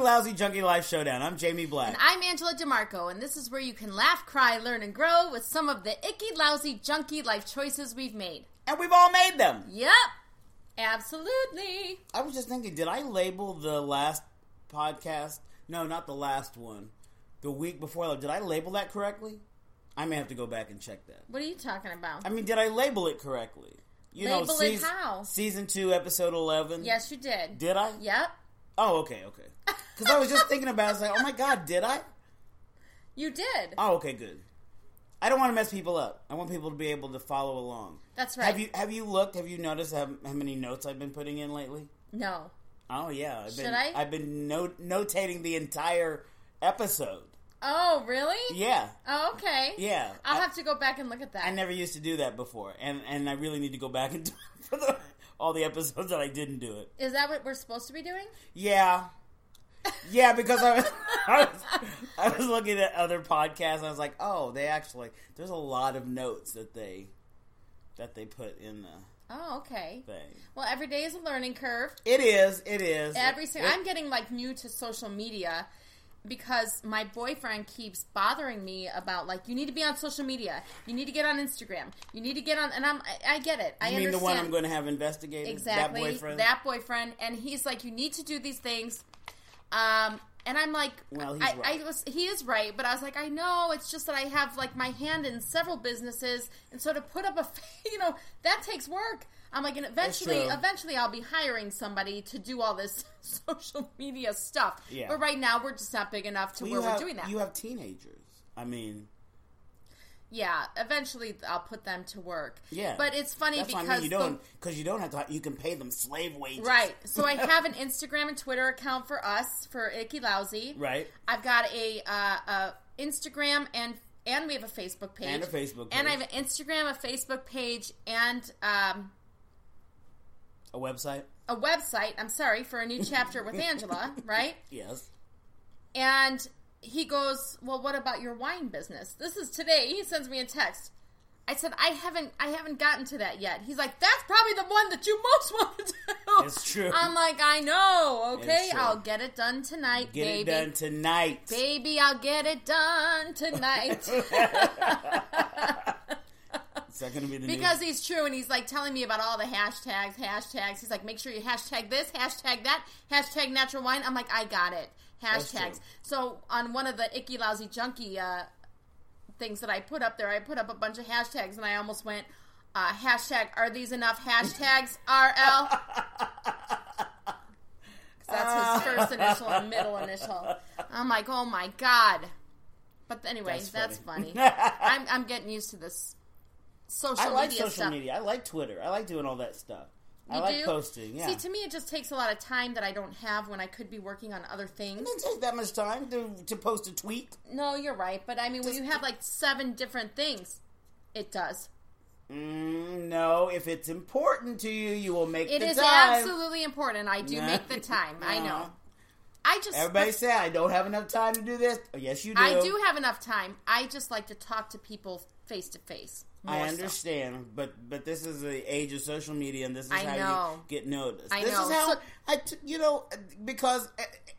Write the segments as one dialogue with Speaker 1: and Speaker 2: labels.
Speaker 1: Lousy Junkie Life Showdown. I'm Jamie Black.
Speaker 2: And I'm Angela DeMarco, and this is where you can laugh, cry, learn, and grow with some of the icky, lousy, junky life choices we've made.
Speaker 1: And we've all made them.
Speaker 2: Yep. Absolutely.
Speaker 1: I was just thinking, did I label the last podcast? No, not the last one. The week before, did I label that correctly? I may have to go back and check that.
Speaker 2: What are you talking about?
Speaker 1: I mean, did I label it correctly? You
Speaker 2: Label it
Speaker 1: season,
Speaker 2: how?
Speaker 1: Season 2, episode 11?
Speaker 2: yes, you did.
Speaker 1: Did I?
Speaker 2: Yep.
Speaker 1: Oh, okay, okay. Because I was just thinking about it. I was like, oh my God, did I?
Speaker 2: You did.
Speaker 1: Oh, okay, good. I don't want to mess people up. I want people to be able to follow along.
Speaker 2: That's right.
Speaker 1: Have you have you looked? Have you noticed how, how many notes I've been putting in lately?
Speaker 2: No.
Speaker 1: Oh yeah, I've been,
Speaker 2: Should I?
Speaker 1: have been note, notating the entire episode.
Speaker 2: Oh, really?
Speaker 1: Yeah,
Speaker 2: Oh, okay.
Speaker 1: yeah.
Speaker 2: I'll
Speaker 1: I,
Speaker 2: have to go back and look at that.
Speaker 1: I never used to do that before, and and I really need to go back and do it for the, all the episodes that I didn't do it.
Speaker 2: Is that what we're supposed to be doing?
Speaker 1: Yeah. Yeah, because I was, I was I was looking at other podcasts and I was like, oh, they actually there's a lot of notes that they that they put in the
Speaker 2: Oh, okay.
Speaker 1: thing.
Speaker 2: Well, every day is a learning curve.
Speaker 1: It is, it is.
Speaker 2: Every
Speaker 1: It-
Speaker 2: single, I'm getting like new to social media because my boyfriend keeps bothering me about like you need to be on social media, you need to get on Instagram, you need to get on, and I'm I, I get it. I
Speaker 1: You mean
Speaker 2: understand
Speaker 1: the one I'm going to have investigated?
Speaker 2: exactly
Speaker 1: That boyfriend?
Speaker 2: boyfriend, and he's like you need to do these things, um, and I'm like,
Speaker 1: Well, he's
Speaker 2: I,
Speaker 1: right.
Speaker 2: I was he is right, but I was like I know it's just that I have like my hand in several businesses, and so to put up a you know that takes work. I'm like, and eventually,
Speaker 1: true.
Speaker 2: eventually, I'll be hiring somebody to do all this social media stuff.
Speaker 1: Yeah.
Speaker 2: But right now, we're just not big enough to
Speaker 1: Well,
Speaker 2: where
Speaker 1: you have,
Speaker 2: we're doing that.
Speaker 1: You have teenagers. I mean,
Speaker 2: yeah. Eventually, I'll put them to work.
Speaker 1: yeah.
Speaker 2: But it's funny
Speaker 1: That's
Speaker 2: because
Speaker 1: what I mean. you
Speaker 2: the-
Speaker 1: don't because you don't have to. You can pay them slave wages,
Speaker 2: Right. So I have an Instagram and Twitter account for us for Icky Lousy.
Speaker 1: Right.
Speaker 2: I've got a, uh, a Instagram and and we have a Facebook page
Speaker 1: And a Facebook
Speaker 2: and I
Speaker 1: page.
Speaker 2: have an Instagram, a Facebook page, and um,
Speaker 1: A website.
Speaker 2: a website. I'm sorry for a new chapter with Angela, right?
Speaker 1: Yes.
Speaker 2: And he goes, "Well, what about your wine business?" This is today. He sends me a text. I said, "I haven't, I haven't gotten to that yet." He's like, "That's probably the one that you most want to do."
Speaker 1: It's true.
Speaker 2: I'm like, "I know. Okay,
Speaker 1: It's true.
Speaker 2: I'll get it done tonight,
Speaker 1: Get
Speaker 2: baby.
Speaker 1: it done tonight.
Speaker 2: Baby, I'll get it done tonight."
Speaker 1: Is that going to be the
Speaker 2: because
Speaker 1: new?
Speaker 2: he's true, and he's like telling me about all the hashtags, hashtags. He's like, "Make sure you hashtag this, hashtag that, hashtag natural wine." I'm like, "I got it." Hashtags.
Speaker 1: true.
Speaker 2: So on one of the icky lousy junkie uh, things that I put up there, I put up a bunch of hashtags, and I almost went uh, hashtag Are these enough hashtags? RL. 'Cause That's his first initial and middle initial. I'm like, oh my god. But anyway,
Speaker 1: That's
Speaker 2: that's
Speaker 1: funny.
Speaker 2: funny. I'm, I'm getting used to this social
Speaker 1: I like
Speaker 2: media
Speaker 1: social
Speaker 2: stuff.
Speaker 1: media. I like Twitter. I like doing all that stuff. I
Speaker 2: You
Speaker 1: like
Speaker 2: do?
Speaker 1: posting. Yeah.
Speaker 2: See, to me, it just takes a lot of time that I don't have when I could be working on other things.
Speaker 1: it doesn't take that much time to, to post a tweet.
Speaker 2: No, you're right. But I mean, when you have like seven different things, it does.
Speaker 1: Mm, no, if it's important to you, you will make
Speaker 2: It
Speaker 1: the
Speaker 2: is
Speaker 1: time.
Speaker 2: absolutely important. I do
Speaker 1: Nah.
Speaker 2: make the time. I know.
Speaker 1: Nah.
Speaker 2: I just.
Speaker 1: Everybody say I don't have enough time to do this. Oh, yes, you do.
Speaker 2: I do have enough time. I just like to talk to people face to face.
Speaker 1: I
Speaker 2: more so.
Speaker 1: understand, but but this is the age of social media, and this is
Speaker 2: I
Speaker 1: how you
Speaker 2: know.
Speaker 1: get noticed.
Speaker 2: I
Speaker 1: this
Speaker 2: know.
Speaker 1: is how
Speaker 2: So-
Speaker 1: I, t- you know, because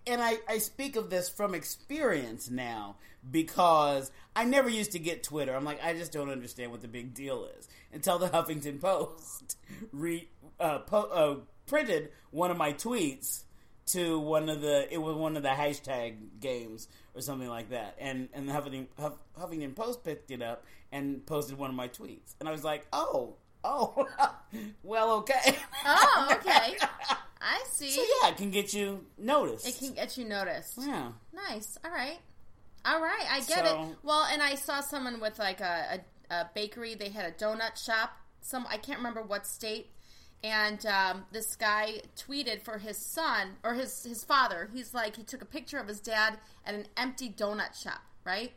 Speaker 1: and I I speak of this from experience now because I never used to get Twitter. I'm like I just don't understand what the big deal is until the Huffington Post re uh, po- uh, printed one of my tweets to one of the it was one of the hashtag games or something like that and and the Huffington, Huff, Huffington Post picked it up and posted one of my tweets and I was like oh oh well okay
Speaker 2: Oh, okay. I see.
Speaker 1: so yeah it can get you noticed
Speaker 2: It can get you noticed.
Speaker 1: yeah
Speaker 2: Nice. All right. All right. I get
Speaker 1: So-
Speaker 2: it. Well, and I saw someone with like a, a, a bakery. They had a donut shop. Some I can't remember what state. And um, this guy tweeted for his son or his his father. He's like he took a picture of his dad at an empty donut shop, right?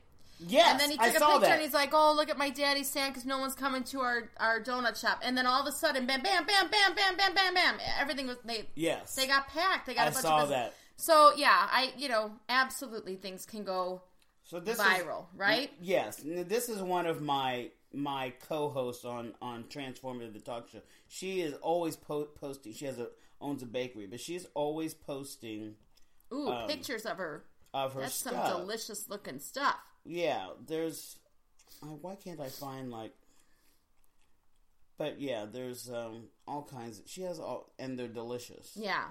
Speaker 1: yes
Speaker 2: and then he
Speaker 1: I
Speaker 2: took a
Speaker 1: saw
Speaker 2: picture
Speaker 1: that
Speaker 2: and he's like, "Oh, look at my daddy's stand because no one's coming to our our donut shop." And then all of a sudden, bam, bam, bam, bam, bam, bam, bam, bam, everything was they
Speaker 1: yes
Speaker 2: they got packed. They got
Speaker 1: I
Speaker 2: a bunch
Speaker 1: saw
Speaker 2: of business.
Speaker 1: that
Speaker 2: So yeah, I you know absolutely things can go
Speaker 1: so this is-
Speaker 2: viral, right?
Speaker 1: Yes, n- this is one of my my co-hosts on on Transformative the Talk Show. She is always po- posting. She has a owns a bakery, but she's always posting
Speaker 2: Ooh, pictures of her.
Speaker 1: of um, her
Speaker 2: That's
Speaker 1: stuff.
Speaker 2: some delicious looking stuff.
Speaker 1: yeah, there's. I, why can't I find like? But yeah, there's um all kinds. she has all, and they're delicious.
Speaker 2: Yeah.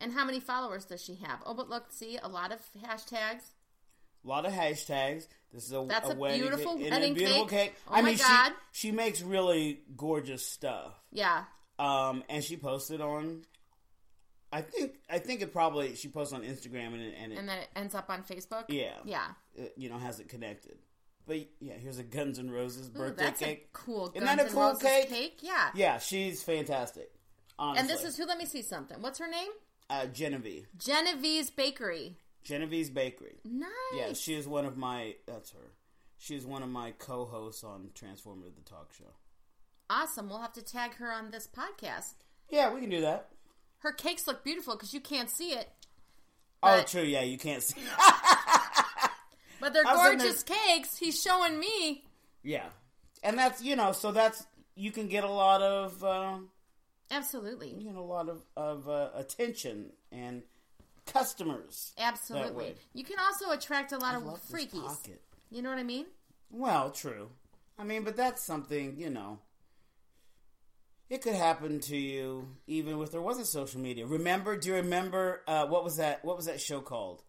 Speaker 2: And how many followers does she have? Oh, but look, see, a lot of hashtags.
Speaker 1: A lot of hashtags. This is a,
Speaker 2: That's a
Speaker 1: wedding,
Speaker 2: beautiful
Speaker 1: and
Speaker 2: wedding
Speaker 1: a beautiful
Speaker 2: cake.
Speaker 1: cake.
Speaker 2: Oh
Speaker 1: I
Speaker 2: my
Speaker 1: mean,
Speaker 2: God.
Speaker 1: she she makes really gorgeous stuff.
Speaker 2: Yeah.
Speaker 1: Um, and she posted on. I think I think it probably she posted on Instagram and it, and it
Speaker 2: And then it ends up on Facebook.
Speaker 1: yeah
Speaker 2: Yeah.
Speaker 1: it, you know has it connected. But yeah, here's a Guns N' Roses
Speaker 2: Ooh,
Speaker 1: birthday
Speaker 2: that's
Speaker 1: cake.
Speaker 2: a cool
Speaker 1: Isn't
Speaker 2: Guns
Speaker 1: that a
Speaker 2: N'
Speaker 1: cool
Speaker 2: Roses cake.
Speaker 1: cake?
Speaker 2: Yeah.
Speaker 1: Yeah, she's fantastic. Honestly,
Speaker 2: And this is who? Let me see something. What's her name?
Speaker 1: uh, Genevieve
Speaker 2: Genevieve's Bakery.
Speaker 1: Genevieve's Bakery.
Speaker 2: Nice.
Speaker 1: Yeah, she is one of my. That's her. She is one of my co-hosts on Transformer the Talk Show.
Speaker 2: Awesome. We'll have to tag her on this podcast.
Speaker 1: Yeah, we can do that.
Speaker 2: Her cakes look beautiful because you can't see it,
Speaker 1: Oh,
Speaker 2: But-
Speaker 1: true. Yeah, you can't see.
Speaker 2: but they're
Speaker 1: I was in
Speaker 2: gorgeous cakes. He's showing me.
Speaker 1: yeah, and that's you know, so that's you can get a lot of uh,
Speaker 2: Absolutely.
Speaker 1: you know a lot of of uh, attention and customers.
Speaker 2: Absolutely.
Speaker 1: way.
Speaker 2: You can also attract a lot of
Speaker 1: Love this
Speaker 2: freakies.
Speaker 1: pocket.
Speaker 2: You know what I mean?
Speaker 1: Well, true. I mean, but that's something you know. It could happen to you even if there wasn't social media. Remember? Do you remember uh, what was that? What was that show called?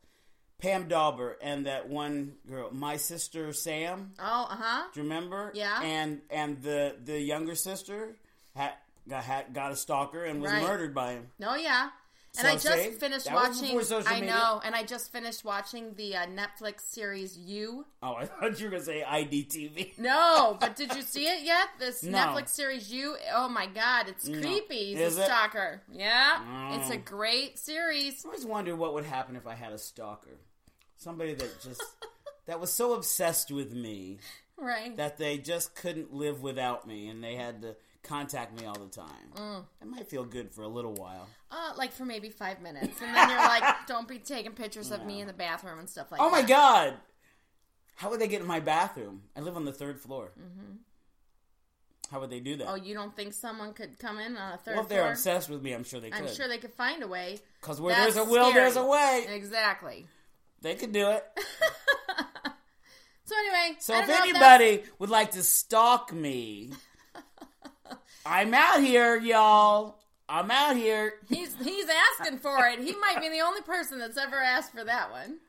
Speaker 1: Pam Dauber and that one girl, my sister Sam.
Speaker 2: Oh, uh huh.
Speaker 1: Do you remember?
Speaker 2: Yeah.
Speaker 1: And and the the younger sister had got had, got a stalker and was
Speaker 2: Right.
Speaker 1: murdered by him.
Speaker 2: No, yeah.
Speaker 1: So
Speaker 2: And I just
Speaker 1: see?
Speaker 2: finished
Speaker 1: That was
Speaker 2: watching.
Speaker 1: before social
Speaker 2: I
Speaker 1: media.
Speaker 2: know, and I just finished watching the uh, Netflix series You.
Speaker 1: Oh, I thought you were gonna say IDTV.
Speaker 2: No, but did you see it yet? This
Speaker 1: No.
Speaker 2: Netflix series You. Oh my God, it's creepy. He's
Speaker 1: Is
Speaker 2: a
Speaker 1: it?
Speaker 2: stalker. Yeah,
Speaker 1: Mm.
Speaker 2: it's a great series.
Speaker 1: I always wondered what would happen if I had a stalker, somebody that just that was so obsessed with me
Speaker 2: Right.
Speaker 1: that they just couldn't live without me, and they had to contact me all the time.
Speaker 2: Mm.
Speaker 1: It might feel good for a little while.
Speaker 2: uh, like for maybe five minutes, and then you're like, "Don't be taking pictures of me in the bathroom and stuff like."
Speaker 1: Oh my
Speaker 2: that.
Speaker 1: god! How would they get in my bathroom? I live on the third floor. How would they do that?
Speaker 2: Mm-hmm. Oh, you don't think someone could come in on a third
Speaker 1: well, if
Speaker 2: floor?
Speaker 1: they're obsessed with me, I'm sure they could.
Speaker 2: I'm sure they could find a way.
Speaker 1: Because where
Speaker 2: That's
Speaker 1: there's a will,
Speaker 2: scary.
Speaker 1: there's a way.
Speaker 2: Exactly.
Speaker 1: They could do it.
Speaker 2: So anyway,
Speaker 1: So
Speaker 2: I
Speaker 1: if
Speaker 2: don't know that's-
Speaker 1: anybody would like to stalk me, I'm out here, y'all. I'm out here.
Speaker 2: He's he's asking for it. He might be the only person that's ever asked for that one.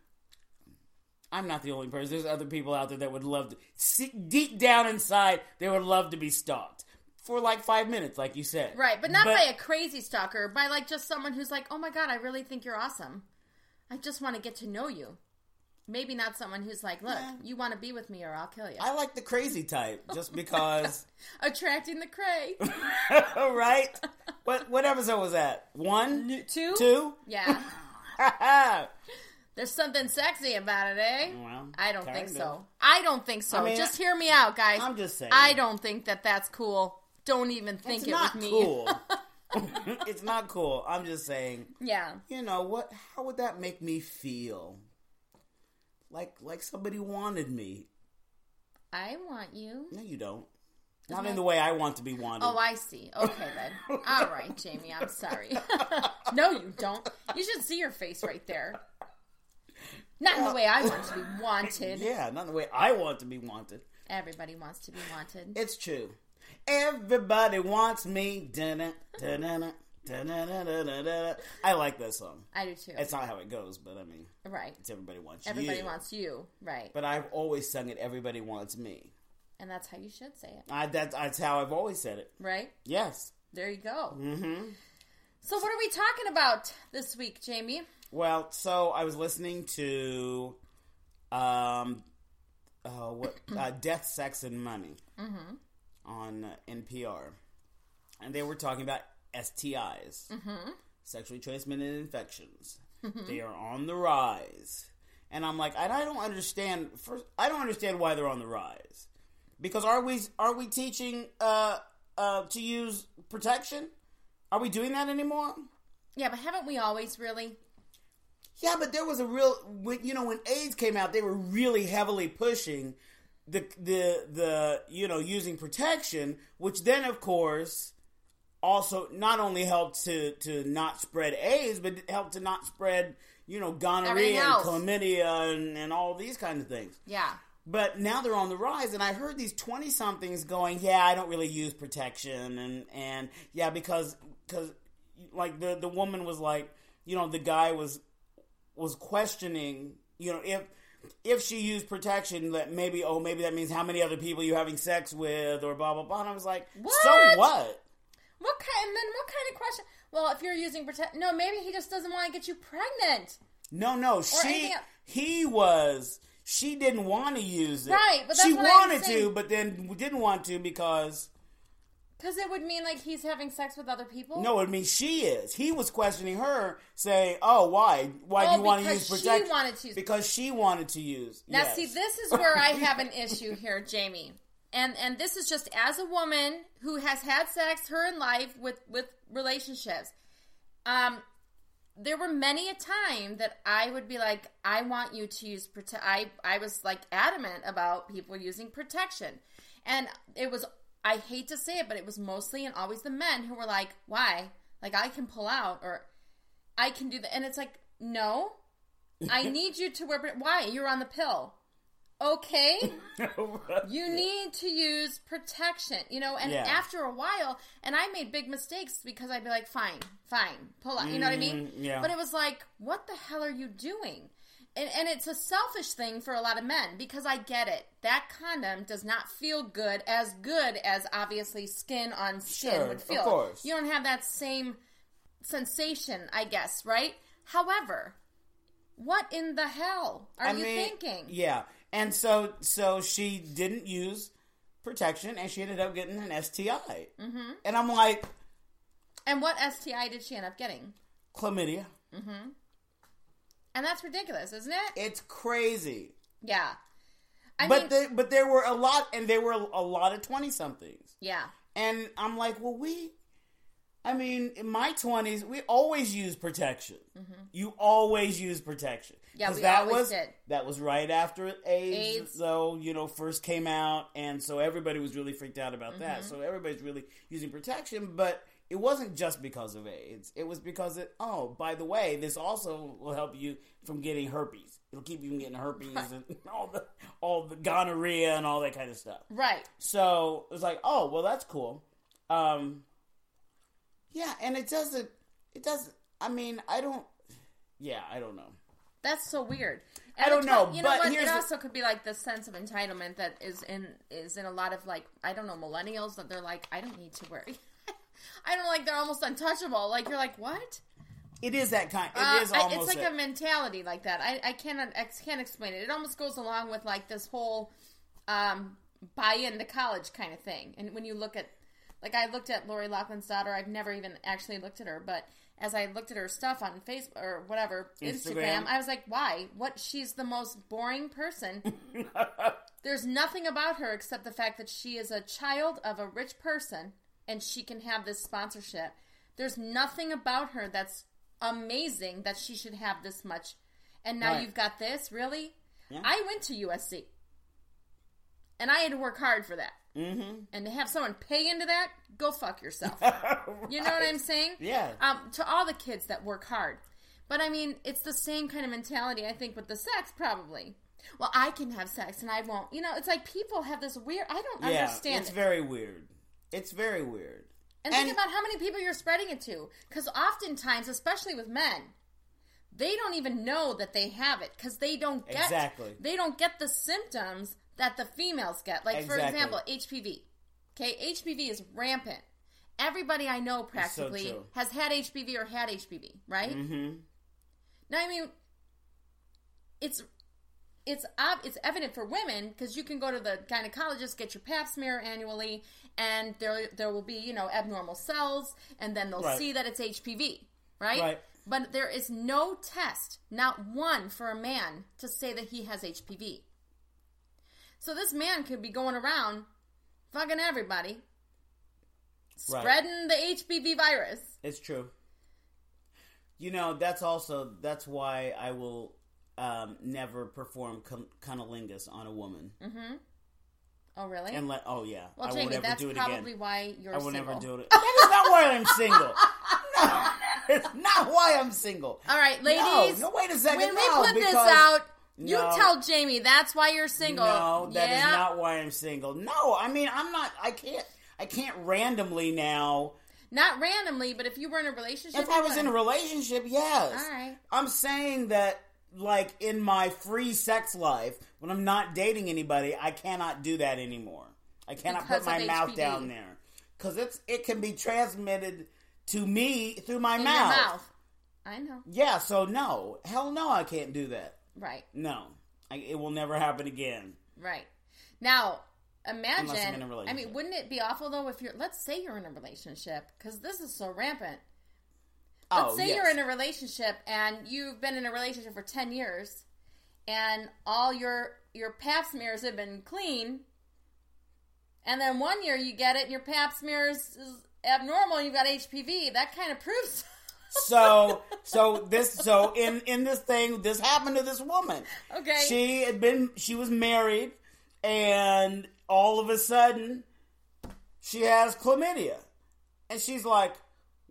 Speaker 1: I'm not the only person. There's other people out there that would love to. See, deep down inside, they would love to be stalked for like five minutes, like you said.
Speaker 2: Right, but not by a crazy stalker, by like just someone who's like, "Oh my god, I really think you're awesome. I just want to get to know you." Maybe not someone who's like, "Look,
Speaker 1: Yeah.
Speaker 2: you want to be with me or I'll kill you."
Speaker 1: I like the crazy type, just because,
Speaker 2: Attracting the cray.
Speaker 1: right? What what episode was that? One,
Speaker 2: Two?
Speaker 1: two.
Speaker 2: Yeah.
Speaker 1: well,
Speaker 2: There's something sexy about it, eh? I don't think
Speaker 1: kind of.
Speaker 2: so. I don't think so.
Speaker 1: I mean,
Speaker 2: just hear me out, guys.
Speaker 1: I'm just saying.
Speaker 2: I don't think that that's cool. Don't even
Speaker 1: it's
Speaker 2: think it
Speaker 1: not
Speaker 2: with me.
Speaker 1: cool. it's not cool. I'm just saying.
Speaker 2: yeah.
Speaker 1: You know what? How would that make me feel? Like like somebody wanted me.
Speaker 2: I want you.
Speaker 1: No, you don't. Not in the way I want to be wanted.
Speaker 2: Oh, I see. Okay, then. All right, Jamie. I'm sorry. no, you don't. You should see your face right there. Not in the way I want to be wanted.
Speaker 1: yeah, not in the way I want to be wanted.
Speaker 2: Everybody wants to be wanted.
Speaker 1: It's true. Everybody wants me. Dun-dun, dun-dun, dun-dun, dun-dun. I like that song.
Speaker 2: I do too.
Speaker 1: It's not how it goes, but I mean,
Speaker 2: right.
Speaker 1: it's everybody wants
Speaker 2: Everybody
Speaker 1: you.
Speaker 2: wants you. Right.
Speaker 1: But I've always sung it. Everybody wants me.
Speaker 2: and that's how you should say it.
Speaker 1: I, that's that's how I've always said it.
Speaker 2: Right?
Speaker 1: Yes.
Speaker 2: There you go. Mm-hmm. So, what are we talking about this week, Jamie?
Speaker 1: Well, so I was listening to, um, uh, what uh, Death, Sex, and Money on uh, NPR, and they were talking about STIs, sexually transmitted infections. They are on the rise, and I'm like, and I don't understand. First, I don't understand why they're on the rise, because are we are we teaching uh, uh, to use protection? Are we doing that anymore?
Speaker 2: Yeah, but haven't we always really?
Speaker 1: Yeah, but there was a real when you know when AIDS came out, they were really heavily pushing the the the you know using protection, which then of course also not only helped to to not spread AIDS, but helped to not spread you know, gonorrhea
Speaker 2: Everything
Speaker 1: and
Speaker 2: else.
Speaker 1: chlamydia and, and all these kinds of things.
Speaker 2: Yeah.
Speaker 1: But now they're on the rise, and I heard these twenty somethings going, "Yeah, I don't really use protection," and and yeah, because because like the the woman was like, you know, the guy was was questioning, you know, if if she used protection, that maybe oh maybe that means how many other people you having sex with or blah blah blah. And I was like, so
Speaker 2: What?
Speaker 1: what?
Speaker 2: What kind? And then what kind of question? Well, if you're using protect, no, maybe he just doesn't want to get you pregnant.
Speaker 1: No, no, she
Speaker 2: anything else.
Speaker 1: he was. She didn't want to use it.
Speaker 2: Right, but that's
Speaker 1: she
Speaker 2: what I'm
Speaker 1: wanted to,
Speaker 2: saying.
Speaker 1: but then didn't want to because
Speaker 2: Because it would mean like he's having sex with other people.
Speaker 1: No, I mean she is. He was questioning her, saying, "Oh, why? Why
Speaker 2: Oh,
Speaker 1: do you want to
Speaker 2: because
Speaker 1: use
Speaker 2: she
Speaker 1: protection?
Speaker 2: wanted to use-
Speaker 1: because she wanted to use.
Speaker 2: Now,
Speaker 1: yes.
Speaker 2: see, this is where I have an issue here, Jamie, and and this is just as a woman who has had sex her in life with with relationships. Um, there were many a time that I would be like, I want you to use prote I I was like adamant about people using protection, and it was I hate to say it, but it was mostly and always the men who were like, why? Like I can pull out or I can do that, and it's like no. I need you to wear. pro- Why? You're on the pill. Okay. You need to use protection, you know. And
Speaker 1: Yeah.
Speaker 2: after a while, and I made big mistakes because I'd be like, "Fine, fine, pull out," you know what I mean?
Speaker 1: Mm, yeah.
Speaker 2: But it was like, "What the hell are you doing?" And, and it's a selfish thing for a lot of men because I get it. That condom does not feel good as good as obviously skin on skin
Speaker 1: Sure,
Speaker 2: would
Speaker 1: of
Speaker 2: feel.
Speaker 1: course.
Speaker 2: You don't have that same sensation, I guess, right? However, what in the hell are
Speaker 1: I
Speaker 2: you
Speaker 1: mean,
Speaker 2: thinking?
Speaker 1: Yeah, and so so she didn't use protection, and she ended up getting an STI. Mm-hmm. And I'm like,
Speaker 2: And what STI did she end up getting?
Speaker 1: chlamydia.
Speaker 2: And that's ridiculous, isn't it?
Speaker 1: It's crazy.
Speaker 2: Yeah. I
Speaker 1: but
Speaker 2: mean,
Speaker 1: the, but there were a lot, and there were a lot of twenty somethings.
Speaker 2: yeah.
Speaker 1: And I'm like, well, we, I mean, in my 20s, we always use protection. You always use protection.
Speaker 2: Mm-hmm. Yeah,
Speaker 1: 'Cause
Speaker 2: we
Speaker 1: that
Speaker 2: always
Speaker 1: was,
Speaker 2: did.
Speaker 1: That was right after AIDS,
Speaker 2: AIDS.
Speaker 1: so, you know, first came out. And so everybody was really freaked out about that.
Speaker 2: Mm-hmm.
Speaker 1: So everybody's really using protection. But it wasn't just because of AIDS. It was because it, oh, by the way, this also will help you from getting herpes. It'll keep you from getting herpes and all the, all the gonorrhea and all that kind of stuff.
Speaker 2: Right.
Speaker 1: So it was like, oh well, that's cool. Um, yeah, and it doesn't. It doesn't. I mean, I don't. Yeah, I don't know.
Speaker 2: That's so weird.
Speaker 1: I don't
Speaker 2: it's
Speaker 1: know,
Speaker 2: what- You
Speaker 1: but
Speaker 2: know what?
Speaker 1: here's
Speaker 2: It
Speaker 1: the-
Speaker 2: also could be like the sense of entitlement that is in is in a lot of like I don't know millennials that they're like I don't need to worry. I don't know, like they're almost untouchable. Like you're like what?
Speaker 1: It is that kind. It
Speaker 2: Uh,
Speaker 1: is
Speaker 2: I-
Speaker 1: almost.
Speaker 2: it's like
Speaker 1: that.
Speaker 2: a mentality like that. I, I cannot I can't explain it. It almost goes along with like this whole um, buy into college kind of thing. And when you look at like I looked at Lori Laughlin's daughter. I've never even actually looked at her, but as I looked at her stuff on Facebook or whatever Instagram,
Speaker 1: Instagram.
Speaker 2: I was like, why? What? She's the most boring person. There's nothing about her except the fact that she is a child of a rich person and she can have this sponsorship. There's nothing about her that's amazing that she should have this much. And now
Speaker 1: Right.
Speaker 2: you've got this, really?
Speaker 1: Yeah.
Speaker 2: I went to USC and I had to work hard for that. Mm-hmm. And to have someone pay into that, go fuck yourself. You know what I'm saying?
Speaker 1: Yeah.
Speaker 2: Um, to all the kids that work hard. But I mean, it's the same kind of mentality, I think, with the sex, probably. Well, I can have sex and I won't. You know, it's like people have this weird. I don't
Speaker 1: yeah,
Speaker 2: understand.
Speaker 1: It's
Speaker 2: it.
Speaker 1: very weird. It's very weird.
Speaker 2: and think
Speaker 1: and-
Speaker 2: about how many people you're spreading it to. Because oftentimes, especially with men, they don't even know that they have it because they don't get
Speaker 1: Exactly.
Speaker 2: they don't get the symptoms that the females get. Like for
Speaker 1: Exactly.
Speaker 2: example, HPV. Okay, HPV is rampant. Everybody I know
Speaker 1: That's so
Speaker 2: practically
Speaker 1: true.
Speaker 2: has had HPV or had HPV, right?
Speaker 1: hmm
Speaker 2: Now, I mean, it's it's ob- it's evident for women because you can go to the gynecologist, get your Pap smear annually, and there there will be you know abnormal cells, and then they'll
Speaker 1: Right.
Speaker 2: see that it's HPV, right?
Speaker 1: Right.
Speaker 2: But there is no test, not one, for a man to say that he has HPV. So this man could be going around fucking everybody,
Speaker 1: Right.
Speaker 2: spreading the HPV virus.
Speaker 1: It's true. You know, that's also that's why I will um, never perform cum- cunnilingus on a woman.
Speaker 2: Oh, really?
Speaker 1: And let oh yeah,
Speaker 2: Mm-hmm. well,
Speaker 1: I
Speaker 2: Jamie,
Speaker 1: will never
Speaker 2: that's
Speaker 1: do it
Speaker 2: probably
Speaker 1: again.
Speaker 2: why you're
Speaker 1: I will
Speaker 2: single.
Speaker 1: never do it. That is not why I'm single. It's not why I'm single.
Speaker 2: All right, ladies.
Speaker 1: No, no wait a second.
Speaker 2: When
Speaker 1: no,
Speaker 2: we put this
Speaker 1: because-
Speaker 2: out, you
Speaker 1: No.
Speaker 2: tell Jamie that's why you're single.
Speaker 1: No, that is
Speaker 2: yeah.
Speaker 1: not why I'm single. No, I mean I'm not. I can't. I can't randomly now.
Speaker 2: Not randomly, but if you were in a relationship,
Speaker 1: If I
Speaker 2: you
Speaker 1: was in a
Speaker 2: would.
Speaker 1: relationship, yes.
Speaker 2: All right.
Speaker 1: I'm saying that, like in my free sex life, when I'm not dating anybody, I cannot do that anymore. I cannot
Speaker 2: Because
Speaker 1: put my
Speaker 2: of
Speaker 1: mouth
Speaker 2: HPV.
Speaker 1: down there because it's it can be transmitted to me through my
Speaker 2: in your
Speaker 1: mouth.
Speaker 2: mouth. I know.
Speaker 1: Yeah. So no, hell no, I can't do that.
Speaker 2: Right.
Speaker 1: No, I, it will never happen again.
Speaker 2: Right. Now, imagine.
Speaker 1: Unless I'm in a
Speaker 2: I
Speaker 1: relationship.
Speaker 2: mean, wouldn't it be awful though if you're? Let's say you're in a relationship because this is so rampant. Let's
Speaker 1: oh,
Speaker 2: say
Speaker 1: yes.
Speaker 2: you're in a relationship and you've been in a relationship for ten years, and all your your Pap smears have been clean, and then one year you get it and your Pap smears is abnormal. and You've got HPV. That kind of proves.
Speaker 1: So so this so in in this thing this happened to this woman.
Speaker 2: Okay.
Speaker 1: She had been she was married and all of a sudden she has chlamydia. And she's like,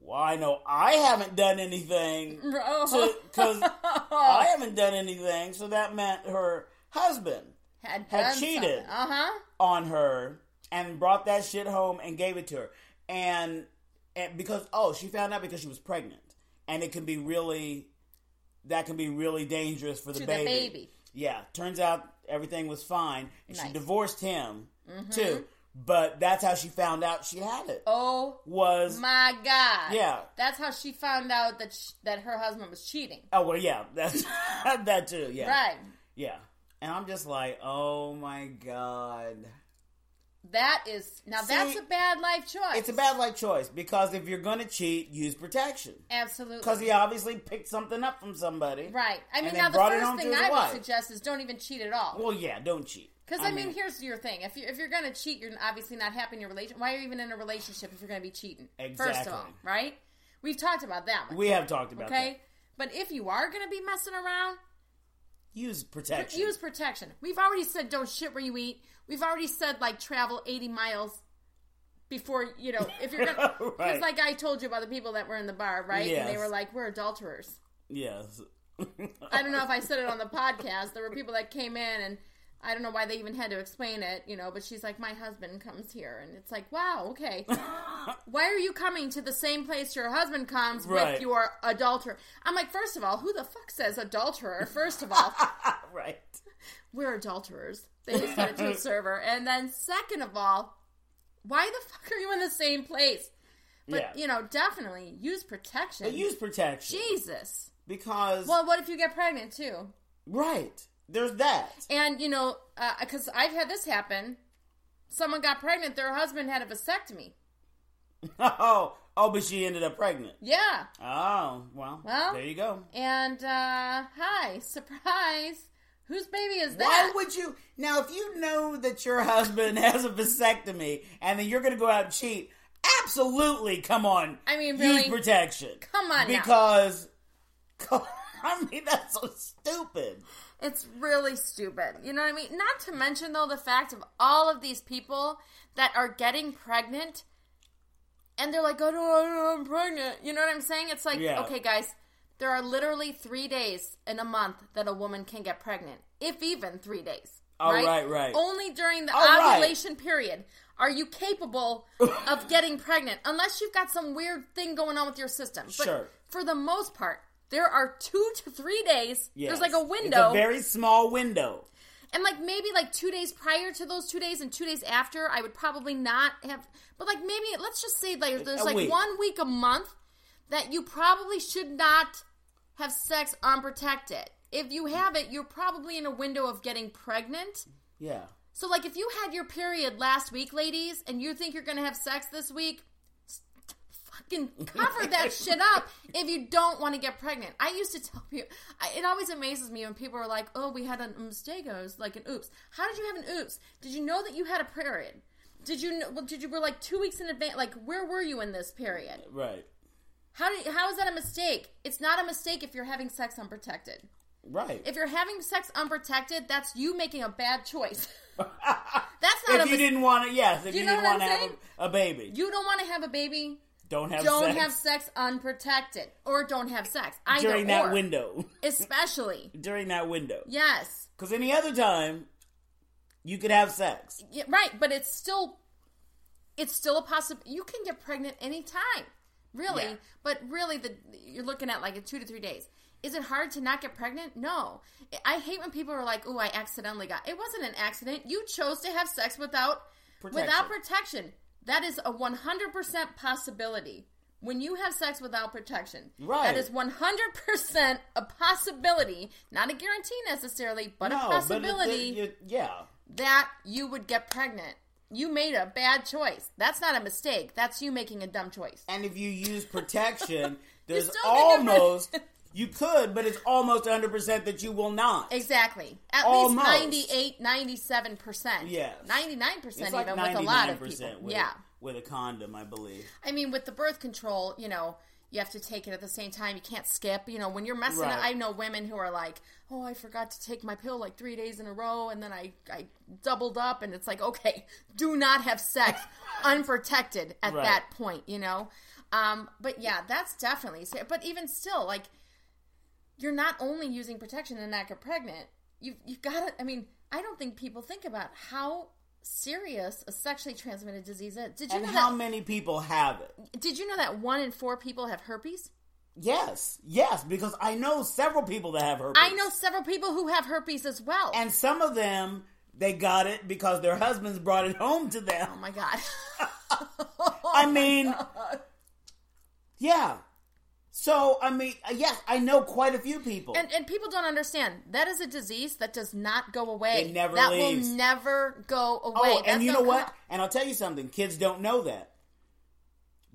Speaker 1: "Well, I know I haven't done anything
Speaker 2: Oh,
Speaker 1: cuz I haven't done anything." So that meant her husband
Speaker 2: had,
Speaker 1: had cheated.
Speaker 2: Uh huh.
Speaker 1: on her and brought that shit home and gave it to her. And, and because oh, she found out because she was pregnant, and it can be really that can be really dangerous for the
Speaker 2: To the
Speaker 1: baby.
Speaker 2: baby.
Speaker 1: Yeah, turns out everything was fine, and she
Speaker 2: Nice. Mm-hmm.
Speaker 1: divorced him too. But that's how she found out she had it.
Speaker 2: Oh
Speaker 1: Was
Speaker 2: my god.
Speaker 1: Yeah.
Speaker 2: That's how she found out that sh that her husband was cheating.
Speaker 1: oh well, yeah, that's that too. Yeah,
Speaker 2: Right.
Speaker 1: yeah. And I'm just like, oh my god.
Speaker 2: That is now that's
Speaker 1: See,
Speaker 2: a bad life choice.
Speaker 1: It's a bad life choice because if you're gonna cheat, use protection.
Speaker 2: absolutely
Speaker 1: Because he obviously picked something up from somebody.
Speaker 2: right. I
Speaker 1: and
Speaker 2: mean,
Speaker 1: then
Speaker 2: now the
Speaker 1: brought it
Speaker 2: first
Speaker 1: home to
Speaker 2: thing
Speaker 1: his
Speaker 2: I
Speaker 1: wife.
Speaker 2: would suggest is don't even cheat at all.
Speaker 1: Well, yeah, don't cheat.
Speaker 2: Because I, mean, here's your thing: if you if you're gonna cheat, you're obviously not happy in your relationship. Why are you even in a relationship if you're gonna be cheating? First
Speaker 1: Exactly.
Speaker 2: of all, right? We've talked about that one.
Speaker 1: we have talked about
Speaker 2: okay.
Speaker 1: that.
Speaker 2: But if you are going to be messing around,
Speaker 1: Use protection.
Speaker 2: use protection. We've already said don't shit where you eat. We've already said like travel 80 miles before, you know, if you're going to.
Speaker 1: Right.
Speaker 2: Because like I told you about the people that were in the bar, right? And they
Speaker 1: Yes.
Speaker 2: were like, we're adulterers.
Speaker 1: yes.
Speaker 2: I don't know if I said it on the podcast. There were people that came in and. I don't know why they even had to explain it, you know, but she's like, My husband comes here. And it's like, Wow, okay. Why are you coming to the same place your husband comes
Speaker 1: Right.
Speaker 2: with your adulterer? I'm like, First of all, who the fuck says adulterer? First of all,
Speaker 1: right.
Speaker 2: we're adulterers. They just said it to a server. And then, second of all, why the fuck are you in the same place? But,
Speaker 1: yeah.
Speaker 2: you know, definitely use protection.
Speaker 1: But use protection
Speaker 2: Jesus.
Speaker 1: because
Speaker 2: Well, what if you get pregnant, too?
Speaker 1: right there's that.
Speaker 2: And, you know, because I've had this happen. Someone got pregnant, their husband had a vasectomy.
Speaker 1: Oh, oh, but she ended up pregnant.
Speaker 2: Yeah.
Speaker 1: Oh, well,
Speaker 2: Well,
Speaker 1: there you go.
Speaker 2: And, uh, hi, surprise. Whose baby is
Speaker 1: Why
Speaker 2: that?
Speaker 1: would you now? If you know that your husband has a vasectomy and then you're going to go out and cheat, absolutely, come on.
Speaker 2: I mean,
Speaker 1: use
Speaker 2: really?
Speaker 1: protection.
Speaker 2: Come on now.
Speaker 1: because I mean that's so stupid.
Speaker 2: It's really stupid. You know what I mean? Not to mention, though, the fact of all of these people that are getting pregnant and they're like, I don't know, I'm pregnant. You know what I'm saying? It's like,
Speaker 1: Yeah.
Speaker 2: okay, guys, there are literally three days in a month that a woman can get pregnant, if even three days.
Speaker 1: Oh, right, right.
Speaker 2: Only during the
Speaker 1: right.
Speaker 2: ovulation period are you capable of getting pregnant, unless you've got some weird thing going on with your system. But
Speaker 1: Sure.
Speaker 2: for the most part, there are two to three days
Speaker 1: Yes.
Speaker 2: there's like a
Speaker 1: It's
Speaker 2: window.
Speaker 1: very small window.
Speaker 2: and like maybe like two days prior to those two days and two days after, I would probably not have. But like maybe let's just say like there's
Speaker 1: A
Speaker 2: like
Speaker 1: week.
Speaker 2: one week a month that you probably should not have sex unprotected. If you have it, you're probably in a window of getting pregnant.
Speaker 1: Yeah.
Speaker 2: So like if you had your period last week, ladies, and you think you're gonna have sex this week. s- Fucking cover that shit up if you don't want to get pregnant. I used to tell people, I, it always amazes me when people are like, "Oh, we had an mistake. It was like an oops." How did you have an oops? Did you know that you had a period? Did you know? Well, did you were like two weeks in advance? Like, where were you in this period?
Speaker 1: Right.
Speaker 2: How did? How is that a mistake? It's not a mistake if you're having sex unprotected.
Speaker 1: Right.
Speaker 2: If you're having sex unprotected, that's you making a bad choice. that's not
Speaker 1: If
Speaker 2: a
Speaker 1: you
Speaker 2: mistake.
Speaker 1: didn't want to, yes. If
Speaker 2: You
Speaker 1: you,
Speaker 2: know
Speaker 1: didn't
Speaker 2: what
Speaker 1: want to
Speaker 2: I'm
Speaker 1: have
Speaker 2: saying?
Speaker 1: a, a baby,
Speaker 2: you don't want to have a baby.
Speaker 1: Don't have
Speaker 2: don't
Speaker 1: sex
Speaker 2: have sex unprotected or don't have sex either
Speaker 1: during that
Speaker 2: or,
Speaker 1: window.
Speaker 2: especially
Speaker 1: during that window.
Speaker 2: yes
Speaker 1: Because any other time, you could have sex.
Speaker 2: Yeah, right but it's still it's still a possible you can get pregnant anytime really
Speaker 1: Yeah.
Speaker 2: but really the you're looking at like a two to three days is it hard to not get pregnant no i hate when people are like oh i accidentally got it wasn't an accident you chose to have sex without without
Speaker 1: Protection.
Speaker 2: protection that is a 100% possibility when you have sex without protection
Speaker 1: Right.
Speaker 2: that is 100% a possibility not a guarantee necessarily but a
Speaker 1: but it-
Speaker 2: possibility
Speaker 1: you- yeah.
Speaker 2: that you would get pregnant. You made a bad choice. That's not a mistake. That's you making a dumb choice.
Speaker 1: And if you use protection, there's
Speaker 2: still could get
Speaker 1: almost you could, but it's almost 100 percent that you will not.
Speaker 2: Exactly. At
Speaker 1: Almost.
Speaker 2: least 98, 97%.
Speaker 1: Yes.
Speaker 2: 99%
Speaker 1: It's
Speaker 2: even
Speaker 1: like
Speaker 2: with a
Speaker 1: 99
Speaker 2: lot of people.
Speaker 1: percent with,
Speaker 2: yeah.
Speaker 1: with a condom, I believe.
Speaker 2: I mean, with the birth control, you know, you have to take it at the same time. You can't skip. You know, when you're messing,
Speaker 1: Right.
Speaker 2: I know women who are like, "Oh, I forgot to take my pill like three days in a row, and then I I doubled up." And it's like, okay, do not have sex unprotected at
Speaker 1: Right.
Speaker 2: that point. You know, um, but yeah, that's definitely. But even still, like, you're not only using protection and not get pregnant. You you got to. I mean, I don't think people think about how serious a sexually transmitted disease is. Did you
Speaker 1: And
Speaker 2: know
Speaker 1: how
Speaker 2: that?
Speaker 1: many people have it?
Speaker 2: Did you know that one in four people have herpes?
Speaker 1: Yes, yes, because I know several people that have herpes.
Speaker 2: I know several people who have herpes as well.
Speaker 1: and some of them they got it because their husbands brought it home to them.
Speaker 2: oh my god. Oh
Speaker 1: I mean, yeah. So I mean, uh, yes, I know quite a few people.
Speaker 2: And, and people don't understand that is a disease that does not go away.
Speaker 1: It never
Speaker 2: that
Speaker 1: leaves.
Speaker 2: will never go away.
Speaker 1: oh,
Speaker 2: That's
Speaker 1: and you
Speaker 2: not
Speaker 1: know what?
Speaker 2: com-
Speaker 1: And I'll tell you something. Kids don't know that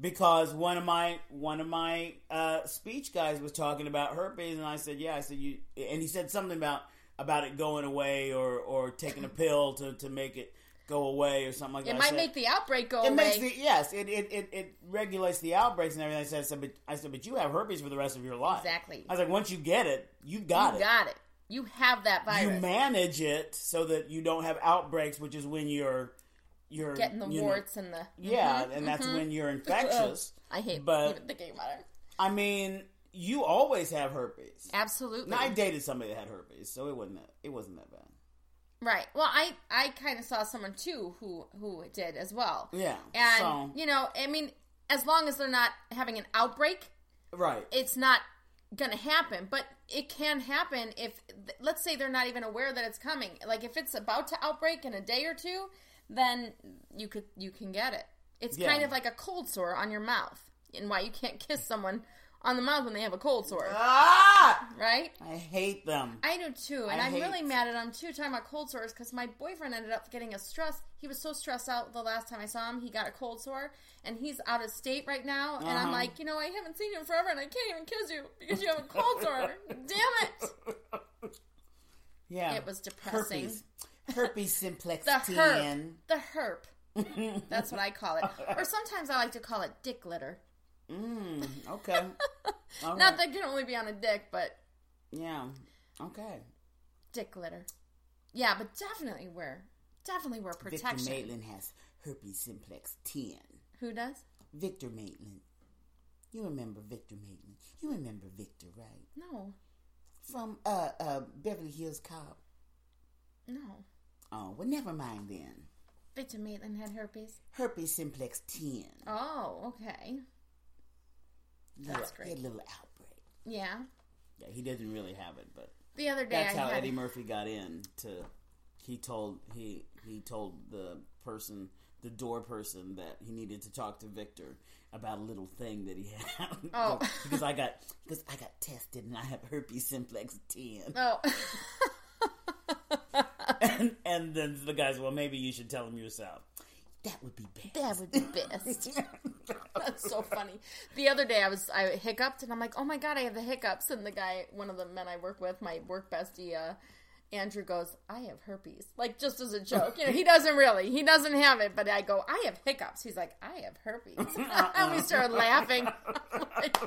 Speaker 1: because one of my one of my uh, speech guys was talking about herpes, and I said, "Yeah," I said, "You," and he said something about about it going away or or taking a pill to to make it go away or something like that.
Speaker 2: It
Speaker 1: I
Speaker 2: might
Speaker 1: said,
Speaker 2: make the outbreak go
Speaker 1: It
Speaker 2: away.
Speaker 1: makes the yes, it it, it it regulates the outbreaks and everything. I said, I said, but I said, but you have herpes for the rest of your life.
Speaker 2: Exactly.
Speaker 1: I was like, once you get it, you got
Speaker 2: you
Speaker 1: it.
Speaker 2: got it. You have that virus.
Speaker 1: You manage it so that you don't have outbreaks, which is when you're you're
Speaker 2: Getting the
Speaker 1: you know-
Speaker 2: warts and the.
Speaker 1: yeah, and that's when you're infectious.
Speaker 2: I hate
Speaker 1: but
Speaker 2: even thinking about it.
Speaker 1: I mean, you always have herpes.
Speaker 2: Absolutely.
Speaker 1: Now, I dated somebody that had herpes, so it wasn't that it wasn't that bad.
Speaker 2: Right. Well, I I kind of saw someone too who who did as well.
Speaker 1: Yeah,
Speaker 2: And
Speaker 1: so-
Speaker 2: you know, I mean, as long as they're not having an outbreak,
Speaker 1: Right.
Speaker 2: it's not going to happen. But it can happen if let's say they're not even aware that it's coming. Like if it's about to outbreak in a day or two, then you could you can get it. It's
Speaker 1: Yeah.
Speaker 2: kind of like a cold sore on your mouth, and why you can't kiss someone on the mouth when they have a cold sore,
Speaker 1: ah!
Speaker 2: right?
Speaker 1: I hate them.
Speaker 2: I do too, and
Speaker 1: I
Speaker 2: I'm
Speaker 1: hate-
Speaker 2: really mad at him too. Talking about cold sores because my boyfriend ended up getting a stress. He was so stressed out the last time I saw him. He got a cold sore, and he's out of state right now. And I'm
Speaker 1: Uh-huh.
Speaker 2: like, you know, I haven't seen you in forever, and I can't even kiss you because you have a cold sore. Damn
Speaker 1: yeah.
Speaker 2: it! It was depressing.
Speaker 1: Herpes. Herpes simplex
Speaker 2: The herp.
Speaker 1: 10.
Speaker 2: The herp. That's what I call it. Or sometimes I like to call it dick litter.
Speaker 1: Hmm, Okay. All
Speaker 2: Not
Speaker 1: right.
Speaker 2: that it can only be on a dick, but
Speaker 1: yeah. Okay.
Speaker 2: dick litter. Yeah, but definitely wear, definitely wear
Speaker 1: Victor
Speaker 2: protection.
Speaker 1: Maitland has herpes simplex 10.
Speaker 2: Who does?
Speaker 1: Victor Maitland. You remember Victor Maitland. You remember Victor, right?
Speaker 2: No,
Speaker 1: From uh, uh, Beverly Hills Cop.
Speaker 2: no.
Speaker 1: Oh, well, never mind then.
Speaker 2: Victor Maitland had herpes.
Speaker 1: Herpes simplex 10.
Speaker 2: Oh, okay. that's
Speaker 1: yeah,
Speaker 2: great.
Speaker 1: He had a little outbreak.
Speaker 2: Yeah.
Speaker 1: Yeah, he didn't really have it, but
Speaker 2: The other day
Speaker 1: that's
Speaker 2: I
Speaker 1: how
Speaker 2: had
Speaker 1: Eddie Murphy got in. To he told he he told the person the door person that he needed to talk to Victor about a little thing that he had.
Speaker 2: Oh.
Speaker 1: because I got because I got tested and I have herpes simplex ten.
Speaker 2: Oh.
Speaker 1: and, and then the guys, well, maybe you should tell him yourself. That would be bad.
Speaker 2: that would be best. That's so funny. The other day I was I hiccuped and I'm like, "Oh my god, I have the hiccups." And the guy, one of the men I work with, my work bestie uh Andrew goes, I have herpes. Like, just as a joke. You know, he doesn't really. He doesn't have it, but I go, I have hiccups. He's like, I have herpes. and we started laughing. I'm like,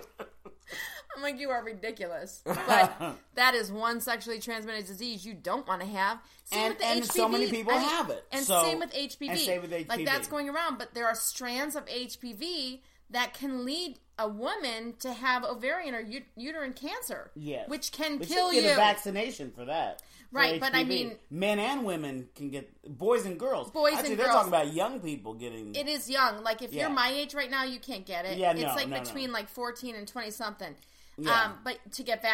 Speaker 2: I'm like, you are ridiculous. But that is one sexually transmitted disease you don't want to have. Same
Speaker 1: And-
Speaker 2: with the
Speaker 1: and
Speaker 2: HPV.
Speaker 1: so many people have it.
Speaker 2: And
Speaker 1: So-
Speaker 2: same with HPV.
Speaker 1: and same with
Speaker 2: Like,
Speaker 1: HPV.
Speaker 2: that's going going around, but there are strands of HPV that can lead a woman to have ovarian or ut- uterine cancer.
Speaker 1: Yes.
Speaker 2: Which can
Speaker 1: But
Speaker 2: kill
Speaker 1: you.
Speaker 2: you.
Speaker 1: Get a vaccination for that. for
Speaker 2: Right, but I
Speaker 1: HPV.
Speaker 2: mean-
Speaker 1: men and women can get boys and girls.
Speaker 2: Boys
Speaker 1: Actually,
Speaker 2: and
Speaker 1: they're
Speaker 2: girls.
Speaker 1: talking about young people getting.
Speaker 2: It is young. Like if
Speaker 1: Yeah.
Speaker 2: you're my age right now, you can't get it.
Speaker 1: Yeah,
Speaker 2: it's
Speaker 1: no,
Speaker 2: like
Speaker 1: no, no.
Speaker 2: between like 14 and 20 something.
Speaker 1: Yeah.
Speaker 2: Um, but to get
Speaker 1: I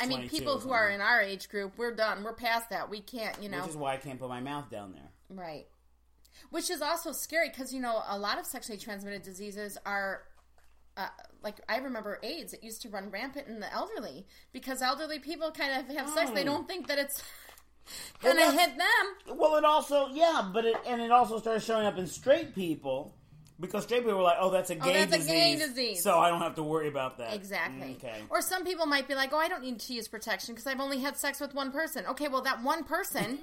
Speaker 1: am
Speaker 2: I, mean,
Speaker 1: 22
Speaker 2: people
Speaker 1: or
Speaker 2: who are
Speaker 1: something.
Speaker 2: in our age group, we're done. We're past that. We can't, you know.
Speaker 1: which is why I can't put my mouth down there.
Speaker 2: Right. Which is also scary because, you know, a lot of sexually transmitted diseases are. Uh, like I remember AIDS, it used to run rampant in the elderly because elderly people kind of have sex. They
Speaker 1: Oh.
Speaker 2: don't think that it's
Speaker 1: Well,
Speaker 2: gonna
Speaker 1: that's-
Speaker 2: hit them.
Speaker 1: Well, it also yeah, but it and it also started showing up in straight people because straight people were like, "Oh, that's a gay,
Speaker 2: that's a
Speaker 1: disease,
Speaker 2: gay disease.
Speaker 1: so I don't have to worry about that." Mm,
Speaker 2: Exactly.
Speaker 1: Okay.
Speaker 2: Or some people might be like, "Oh, I don't need to use protection because I've only had sex with one person." Okay, well that one person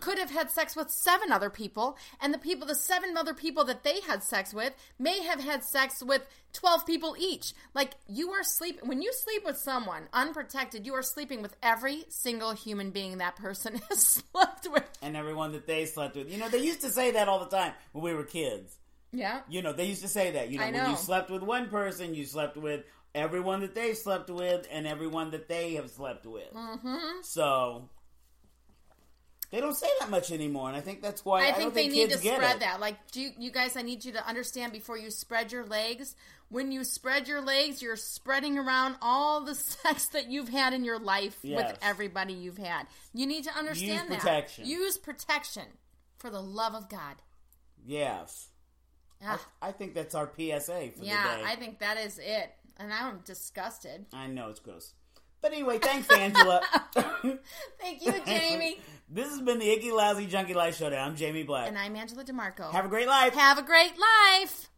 Speaker 2: could have had sex with seven other people, and the people, the seven other people that they had sex with, may have had sex with twelve people each. Like you are sleep when you sleep with someone unprotected, you are sleeping with every single human being that person has slept with.
Speaker 1: and everyone that they slept with, you know, they used to say that all the time when we were kids.
Speaker 2: Yeah.
Speaker 1: You know, they used to say that. You know,
Speaker 2: I
Speaker 1: when
Speaker 2: know.
Speaker 1: you slept with one person, you slept with everyone that they slept with and everyone that they have slept with. Mm-hmm. So they don't say that much anymore, and I think that's why I,
Speaker 2: I
Speaker 1: don't
Speaker 2: think they
Speaker 1: think
Speaker 2: need to
Speaker 1: kids get
Speaker 2: spread
Speaker 1: it.
Speaker 2: that. Like, do you, you guys? I need you to understand before you spread your legs. When you spread your legs, you're spreading around all the sex that you've had in your life
Speaker 1: Yes.
Speaker 2: with everybody you've had. You need to understand that.
Speaker 1: protection.
Speaker 2: Use protection for the love of God.
Speaker 1: Yes,
Speaker 2: Ah,
Speaker 1: I think that's our PSA for the
Speaker 2: yeah,
Speaker 1: day.
Speaker 2: I think that is it. And I'm disgusted.
Speaker 1: I know it's gross. But anyway, thanks, Angela.
Speaker 2: Thank you, Jamie.
Speaker 1: this has been the Icky Lousy Junkie Life Showdown. I'm Jamie Black.
Speaker 2: and I'm Angela DeMarco.
Speaker 1: Have a great life.
Speaker 2: Have a great life.